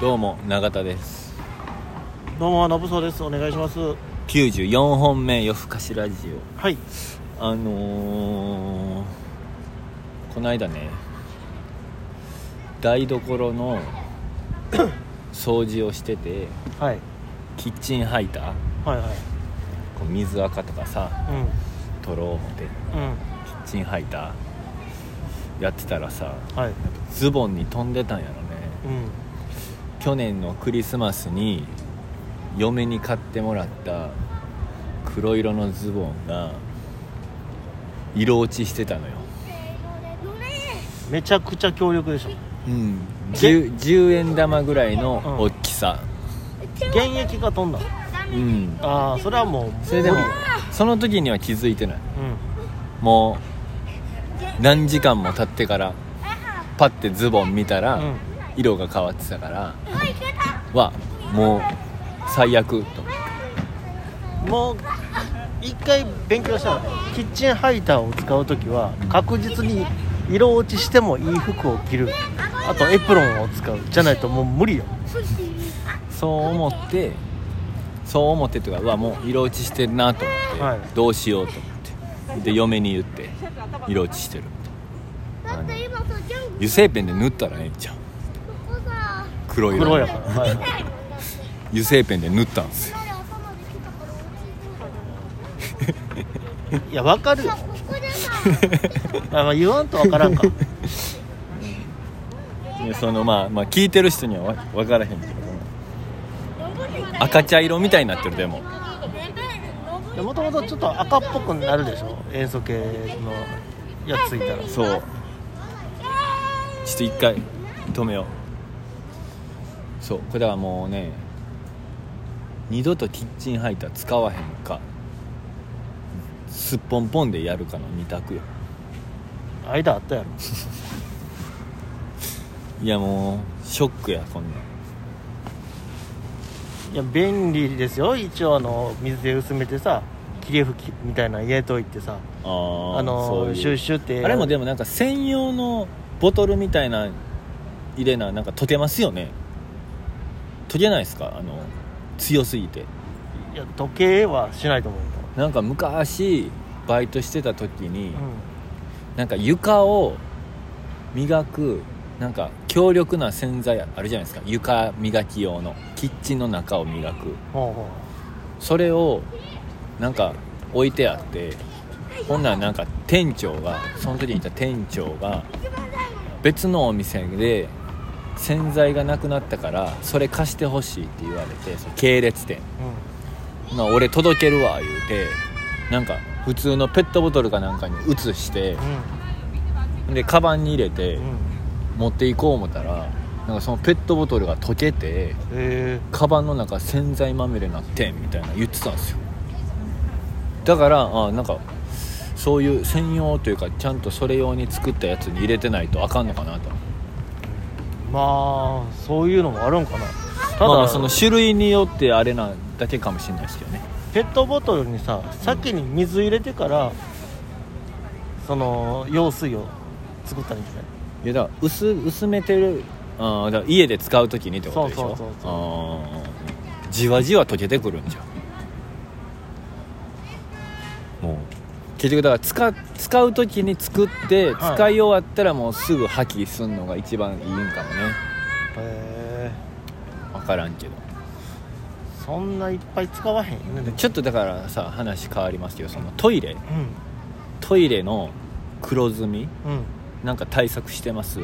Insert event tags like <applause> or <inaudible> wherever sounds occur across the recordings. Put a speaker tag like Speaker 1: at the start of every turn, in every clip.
Speaker 1: どうも永田です
Speaker 2: どうものぶそうですお願いしますは
Speaker 1: 94本目夜更かしラジ
Speaker 2: い
Speaker 1: オあのー、この間ね台所の掃除をしてて
Speaker 2: はい
Speaker 1: キッチンハイター
Speaker 2: はいはい
Speaker 1: こう水垢とかさ
Speaker 2: う
Speaker 1: 取ろう思って
Speaker 2: んうん
Speaker 1: キッチンハイターやってたらさ
Speaker 2: はい
Speaker 1: ズボンに飛んでたんやろね
Speaker 2: うん
Speaker 1: 去年のクリスマスに嫁に買ってもらった黒色のズボンが色落ちしてたのよ
Speaker 2: めちゃくちゃ強力でしょ
Speaker 1: うん10 10円玉ぐらいの
Speaker 2: うん
Speaker 1: 大きさ
Speaker 2: 原液が飛んだ
Speaker 1: うん
Speaker 2: ああそれはもう
Speaker 1: それでも
Speaker 2: 無理よ
Speaker 1: その時には気づいてないもう何時間も経ってからパッてズボン見たら
Speaker 2: うん
Speaker 1: 色が変わってたからはもう最悪と
Speaker 2: うんもう一回勉強したらキッチンハイターを使う時は確実に色落ちしてもいい服を着るあとエプロンを使うじゃないともう無理よ
Speaker 1: そう思ってそう思ってとかうわもう色落ちしてるなと思って、
Speaker 2: はい
Speaker 1: どうしようと思ってで嫁に言って色落ちしてるあの油性ペンで塗ったらええんちゃう
Speaker 2: <laughs>
Speaker 1: 黒色
Speaker 2: 黒やから、はいはい、
Speaker 1: 油性ペンで塗ったんですよ
Speaker 2: いやわかるよあ、まあ、言わんとわからんか
Speaker 1: でそのまあまあ聞いてる人にはわ分からへんけど赤茶色みたいになってるでも
Speaker 2: もともとちょっと赤っぽくなるでしょ塩素系のやつついたら
Speaker 1: そうちょっと一回止めようそうこれはもうね二度とキッチンハイター使わへんかすっぽんぽんでやるかの二択よ
Speaker 2: 間あったやろ
Speaker 1: いやもうショックやこんなん
Speaker 2: いや便利ですよ一応あの水で薄めてさ霧吹きみたいなの入れといてさ
Speaker 1: あー
Speaker 2: あの
Speaker 1: そういう
Speaker 2: シュッシュって
Speaker 1: あれもでもなんか専用のボトルみたいな入れななんか溶けますよね溶けないですかあの強すぎて
Speaker 2: いや時計はしないと思うよ、
Speaker 1: なんか昔バイトしてた時に、
Speaker 2: う
Speaker 1: なんか床を磨くなんか強力な洗剤あるじゃないですか床磨き用のキッチンの中を磨く
Speaker 2: ん、ほうほ
Speaker 1: それをなんか置いてあってほんならなんか店長がその時にいた店長が別のお店で洗剤がなくなったからそれ貸してほしいって言われてその系列店
Speaker 2: う、うん、
Speaker 1: まあ俺届けるわ言うてなんか普通のペットボトルかなんかに移してでカバンに入れて
Speaker 2: うんうん
Speaker 1: 持っていこう思ったらなんかそのペットボトルが溶けて
Speaker 2: え
Speaker 1: カバンの中洗剤まみれになってんみたいな言ってたんですよだからあなんかそういう専用というかちゃんとそれ用に作ったやつに入れてないとあかんのかなと
Speaker 2: ー、まあそういうのもあるんかなただ、
Speaker 1: まあその種類によってあれなだけかもしれないですけどね
Speaker 2: ペットボトルにさ先に水入れてからその用水を作ったらいいんじゃない
Speaker 1: いやだから薄薄めてるあーだから家で使う時にってことでしょ
Speaker 2: そうそうそうそう
Speaker 1: あーじわじわ溶けてくるんじゃんもう結局だから使っ使う時に作って
Speaker 2: はい
Speaker 1: 使い終わったらもうすぐ破棄すんのが一番いいんかもね
Speaker 2: へ
Speaker 1: 分からんけど
Speaker 2: えそんないっぱい使わへんよねでも
Speaker 1: ちょっとだからさ話変わりますけどそのトイレ
Speaker 2: う
Speaker 1: トイレの黒ずみ
Speaker 2: んうん
Speaker 1: なんか対策してます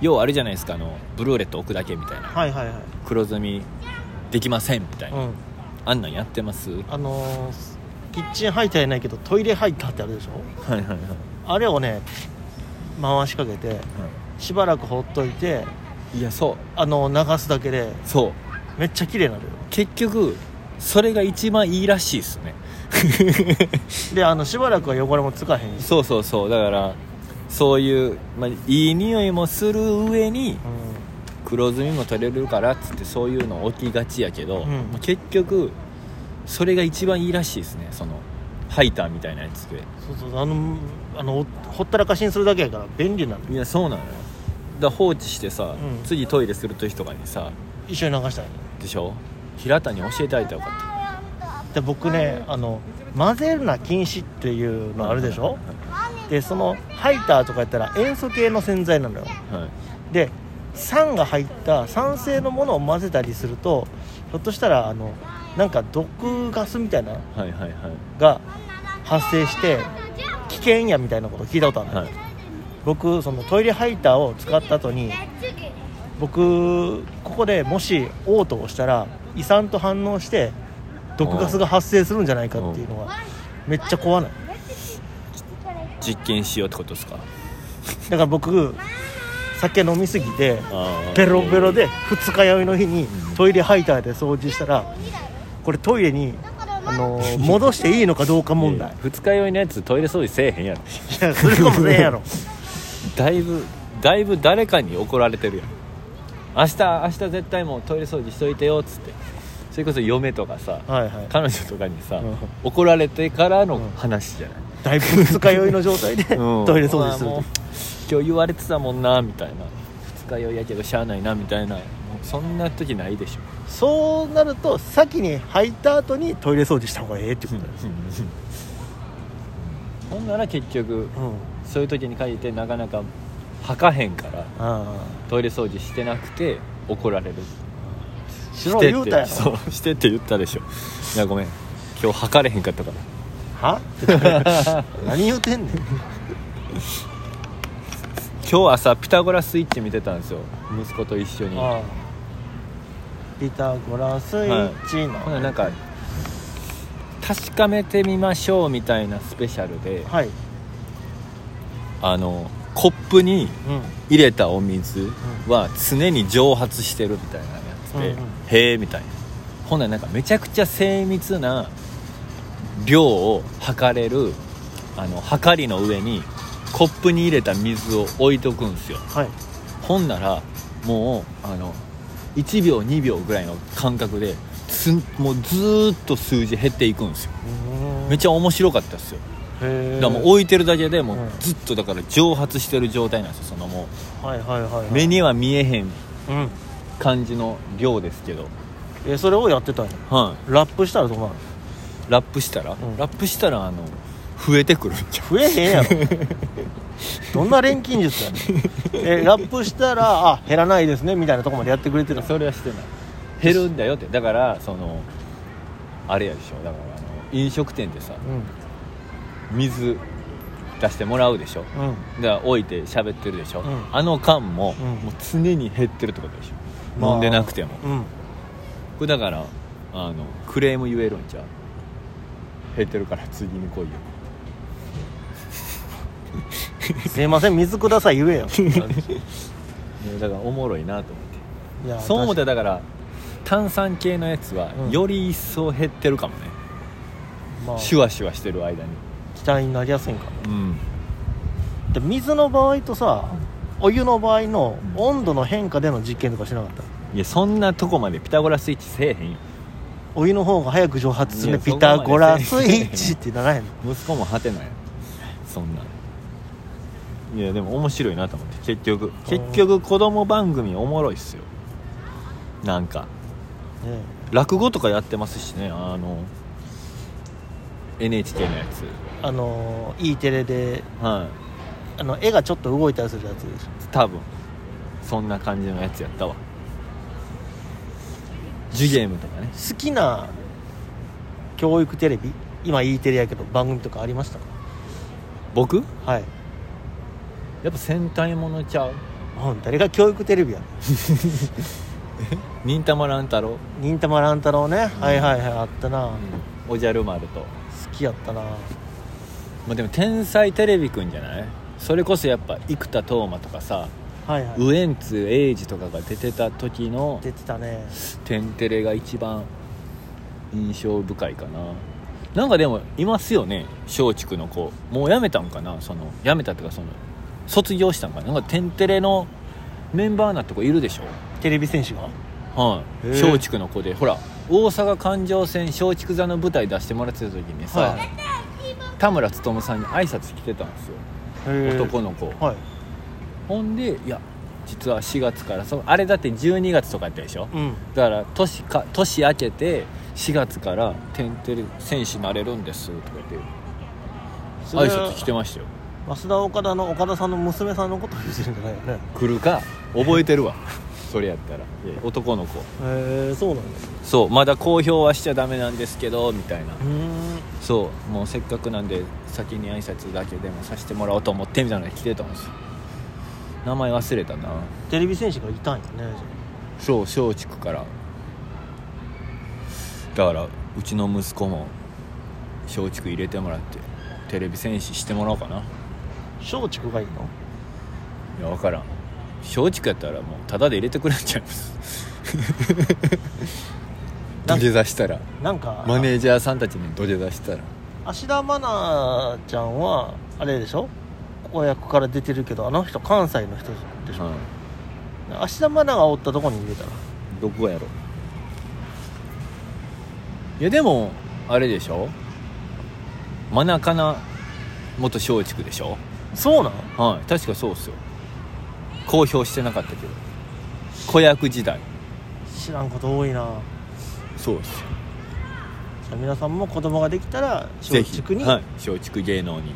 Speaker 1: 要はあれじゃないですかあのブルーレット置くだけみたいな
Speaker 2: はいはいはい
Speaker 1: 黒ずみできませんみたいな、
Speaker 2: うん
Speaker 1: あんなんやってますはい
Speaker 2: あのーキッチンハイターやないけどトイレハイターってあるでしょ
Speaker 1: はいはい、
Speaker 2: あれをね回しかけてしばらくほっといて
Speaker 1: い、やそ
Speaker 2: あの流すだけで
Speaker 1: うそう
Speaker 2: めっちゃ綺麗になるよ
Speaker 1: 結局それが一番いいらしいです <laughs> ね
Speaker 2: であのしばらくは汚れもつかへんし
Speaker 1: そうそうそうだからそういう、まあ、いい匂いもする上に黒ずみも取れるからっつってそういうの起きがちやけど、
Speaker 2: うん
Speaker 1: まあ結局それが一番いいらしいですねそのハイターみたいなやつで
Speaker 2: うんそうそうあのあのほったらかしにするだけやから便利なのよ
Speaker 1: いやそうなのよだ放置してさ、
Speaker 2: うん
Speaker 1: 次トイレする時とかにさ
Speaker 2: 一緒に流したい
Speaker 1: でしょ平田に教えてあげたらよかっ
Speaker 2: で僕ねあの混ぜるな禁止っていう
Speaker 1: た
Speaker 2: のあるでしょ
Speaker 1: は
Speaker 2: でそのハイターとかやったら塩素系の洗剤なのよ
Speaker 1: いはい
Speaker 2: で酸が入った酸性のものを混ぜたりするとひょっとしたらあのなんか毒ガスみたいなの
Speaker 1: はいはいはい
Speaker 2: が発生して危険やみたいなこと聞いたことあるの、
Speaker 1: はい
Speaker 2: 僕そのトイレハイターを使った後に僕ここでもし嘔吐をしたら胃酸と反応して毒ガスが発生するんじゃないかっていうのはめっちゃ怖ない
Speaker 1: 実験しようってことですか
Speaker 2: だから僕酒飲みすぎて
Speaker 1: あー
Speaker 2: ベロベロで二日酔いの日にトイレハイターで掃除したらこれトイレに、あのー戻していいのかどうか問題
Speaker 1: えー二日酔いのやつトイレ掃除せえへんやろ
Speaker 2: いやそれかもねえやろ
Speaker 1: だいぶだいぶ誰かに怒られてるやん明日明日絶対もうトイレ掃除しといてよっつってそれこそ嫁とかさ
Speaker 2: はいはい
Speaker 1: 彼女とかにさ、
Speaker 2: うん
Speaker 1: 怒られてからの話じゃない、
Speaker 2: だいぶ二日酔いの状態で
Speaker 1: うん
Speaker 2: トイレ掃除する
Speaker 1: まあもう今日言われてたもんなみたいな二日酔いやけどしゃあないなみたいなもうそんな時ないでしょ
Speaker 2: そうなると先に入った後にトイレ掃除した方がええってことだよ、
Speaker 1: ほんなら結局
Speaker 2: うん、
Speaker 1: そういう時に限ってなかなか吐かへんから
Speaker 2: あ
Speaker 1: トイレ掃除してなくて怒られる
Speaker 2: あし
Speaker 1: し
Speaker 2: ろ
Speaker 1: て
Speaker 2: 言う
Speaker 1: った
Speaker 2: や
Speaker 1: て
Speaker 2: ろ
Speaker 1: そうしてって言ったでしょいやごめん今日吐かれへんかったから
Speaker 2: はって言ったら <laughs> 何言うてんねん
Speaker 1: 今日朝ピタゴラスイッチ見てたんですよ息子と一緒に
Speaker 2: ああピタゴラスイッチの、
Speaker 1: ほななんか確かめてみましょうみたいなスペシャルで
Speaker 2: はい、
Speaker 1: あのコップに
Speaker 2: うん、
Speaker 1: 入れたお水は常に蒸発してるみたいなやつで、
Speaker 2: うんうん
Speaker 1: へえみたいなほんならなんかめちゃくちゃ精密な量を測れるあの測りの上にコップに入れた水を置いとくんですよ
Speaker 2: はい
Speaker 1: ほんならもうあの1秒2秒ぐらいの間隔ですもうずーっと数字減っていくんですよめっちゃ面白かったですよ
Speaker 2: へえ
Speaker 1: だからもう置いてるだけでもう
Speaker 2: うん
Speaker 1: ずっとだから蒸発してる状態なんですよそのも
Speaker 2: はいはいはい、は
Speaker 1: う
Speaker 2: い、
Speaker 1: 目には見えへん
Speaker 2: うん
Speaker 1: 感じの量ですけど、
Speaker 2: えそれをやってたんや
Speaker 1: は
Speaker 2: ラップしたらどうなる
Speaker 1: い、ラップしたら、
Speaker 2: ん
Speaker 1: ラップしたらあの増えてくるんちゃ
Speaker 2: 増えへんやろ <laughs> どんな錬金術やねんえラップしたらあ減らないですねみたいなとこまでやってくれてる
Speaker 1: うそれはしてない減るんだよってだからそのあれやでしょだからあの飲食店でさ
Speaker 2: う
Speaker 1: 水出してもらうでしょ
Speaker 2: んうん
Speaker 1: だから置いて喋ってるでしょ、
Speaker 2: うん
Speaker 1: あの間も,、
Speaker 2: うん
Speaker 1: もう常に減ってるってことでしょ、
Speaker 2: まあ
Speaker 1: 飲んでなくても
Speaker 2: うん
Speaker 1: これだからあのクレーム言えるんちゃう減ってるから次に来いよ
Speaker 2: すいません水ください言
Speaker 1: <laughs>
Speaker 2: えよ <laughs>
Speaker 1: ねだからおもろいなと思って
Speaker 2: いや
Speaker 1: そう思った
Speaker 2: 確
Speaker 1: らだから炭酸系のやつは
Speaker 2: うん
Speaker 1: より一層減ってるかもね、
Speaker 2: まあ
Speaker 1: シュワシュワしてる間に
Speaker 2: 期待になりやすいんか
Speaker 1: うん
Speaker 2: で水の場合とさお湯の場合の
Speaker 1: うん
Speaker 2: 温度の変化での実験とかしなかった
Speaker 1: いやそんなとこまでピタゴラスイッチせえへんよ
Speaker 2: お湯の方が早く蒸発するね
Speaker 1: いやそこ
Speaker 2: ピ
Speaker 1: まで
Speaker 2: タゴラスイッチってならへんの
Speaker 1: 息子も果てないそんないやでも面白いなと思って結局結局子供番組おもろいっすよなんか
Speaker 2: ね
Speaker 1: 落語とかやってますしねあの NHK のやつ
Speaker 2: あの E テレで
Speaker 1: は
Speaker 2: あの絵がちょっと動いたりするやつでし
Speaker 1: い多分そんな感じのやつやったわジュゲームとかね
Speaker 2: ょ好きな教育テレビ今 E テレやけど番組とかありましたか
Speaker 1: 僕や
Speaker 2: はい、
Speaker 1: っぱ戦隊ものちゃう
Speaker 2: うん、誰が教育テレビやねん
Speaker 1: 忍たま乱太郎、
Speaker 2: 忍たま乱太郎ね、はいはいはいあったな、
Speaker 1: おじゃる丸と
Speaker 2: 好きやったな
Speaker 1: まあ、でも天才テレビくんじゃないそれこそやっぱ生田斗真とかさ
Speaker 2: はいはい
Speaker 1: ウエンツ瑛士とかが出てた時の
Speaker 2: 出てたね
Speaker 1: 天テレが一番印象深いかななんかでもいますよね松竹の子もう辞めたんかなその辞めたっていうかその卒業したんかななんか天テレのメンバーなとこいるでしょ
Speaker 2: テレビ選手が
Speaker 1: はい
Speaker 2: へえ
Speaker 1: 松竹の子でほら大阪環状線松竹座の舞台出してもらってた時にさ、
Speaker 2: はい
Speaker 1: 田村勉さんに挨拶来てたんですよ
Speaker 2: へー
Speaker 1: 男の子
Speaker 2: はい
Speaker 1: ほんでいや実は4月からそのあれだって12月とかやったでしょ、
Speaker 2: うん
Speaker 1: だから年か年明けて4月から天てれ選手になれるんですとか
Speaker 2: そ
Speaker 1: 言っ
Speaker 2: れ
Speaker 1: て挨拶来てましたよ
Speaker 2: 増田岡田の岡田さんの娘さんのこと言ってるんじゃないよね
Speaker 1: 来るか覚えてるわ <laughs> それやったらいや男の子
Speaker 2: へえそうなんです
Speaker 1: そうまだ公表はしちゃダメなんですけどみたいな
Speaker 2: うん
Speaker 1: そうもうせっかくなんで先に挨拶だけでもさせてもらおうと思ってみたいなの来てたんですよ名前忘れたな
Speaker 2: テレビ選手がいたんよねじゃ
Speaker 1: そう松竹からだからうちの息子も松竹入れてもらってテレビ戦士してもらおうかない
Speaker 2: あ松竹がいいの
Speaker 1: や分からん松竹やったらもうタダで入れてくれんちゃいます <laughs> 土下座したら
Speaker 2: なんか
Speaker 1: マネージャーさんたちに土下座したら
Speaker 2: 芦田愛菜ちゃんはあれでしょ子役から出てるけどあの人関西の人でしょ、
Speaker 1: はい
Speaker 2: 芦田愛菜がおったとこに入れたら
Speaker 1: どこやろいやでもあれでしょ真中な元松竹でしょ
Speaker 2: そうなん
Speaker 1: はい確かそうっすよ公表してなかったけど子役時代
Speaker 2: 知らんこと多いな
Speaker 1: そうっすよ
Speaker 2: じゃあ皆さんも子供ができたら
Speaker 1: ぜ
Speaker 2: 松
Speaker 1: ひ
Speaker 2: 竹に、
Speaker 1: はい松竹芸能に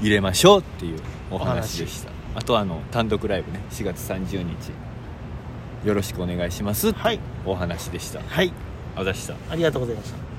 Speaker 1: 入れましょうっていうお話でしたあとあの単独ライブね4月30日よろしくお願いしますって
Speaker 2: はい
Speaker 1: お話でした
Speaker 2: はい、
Speaker 1: あざした
Speaker 2: ありがとうございました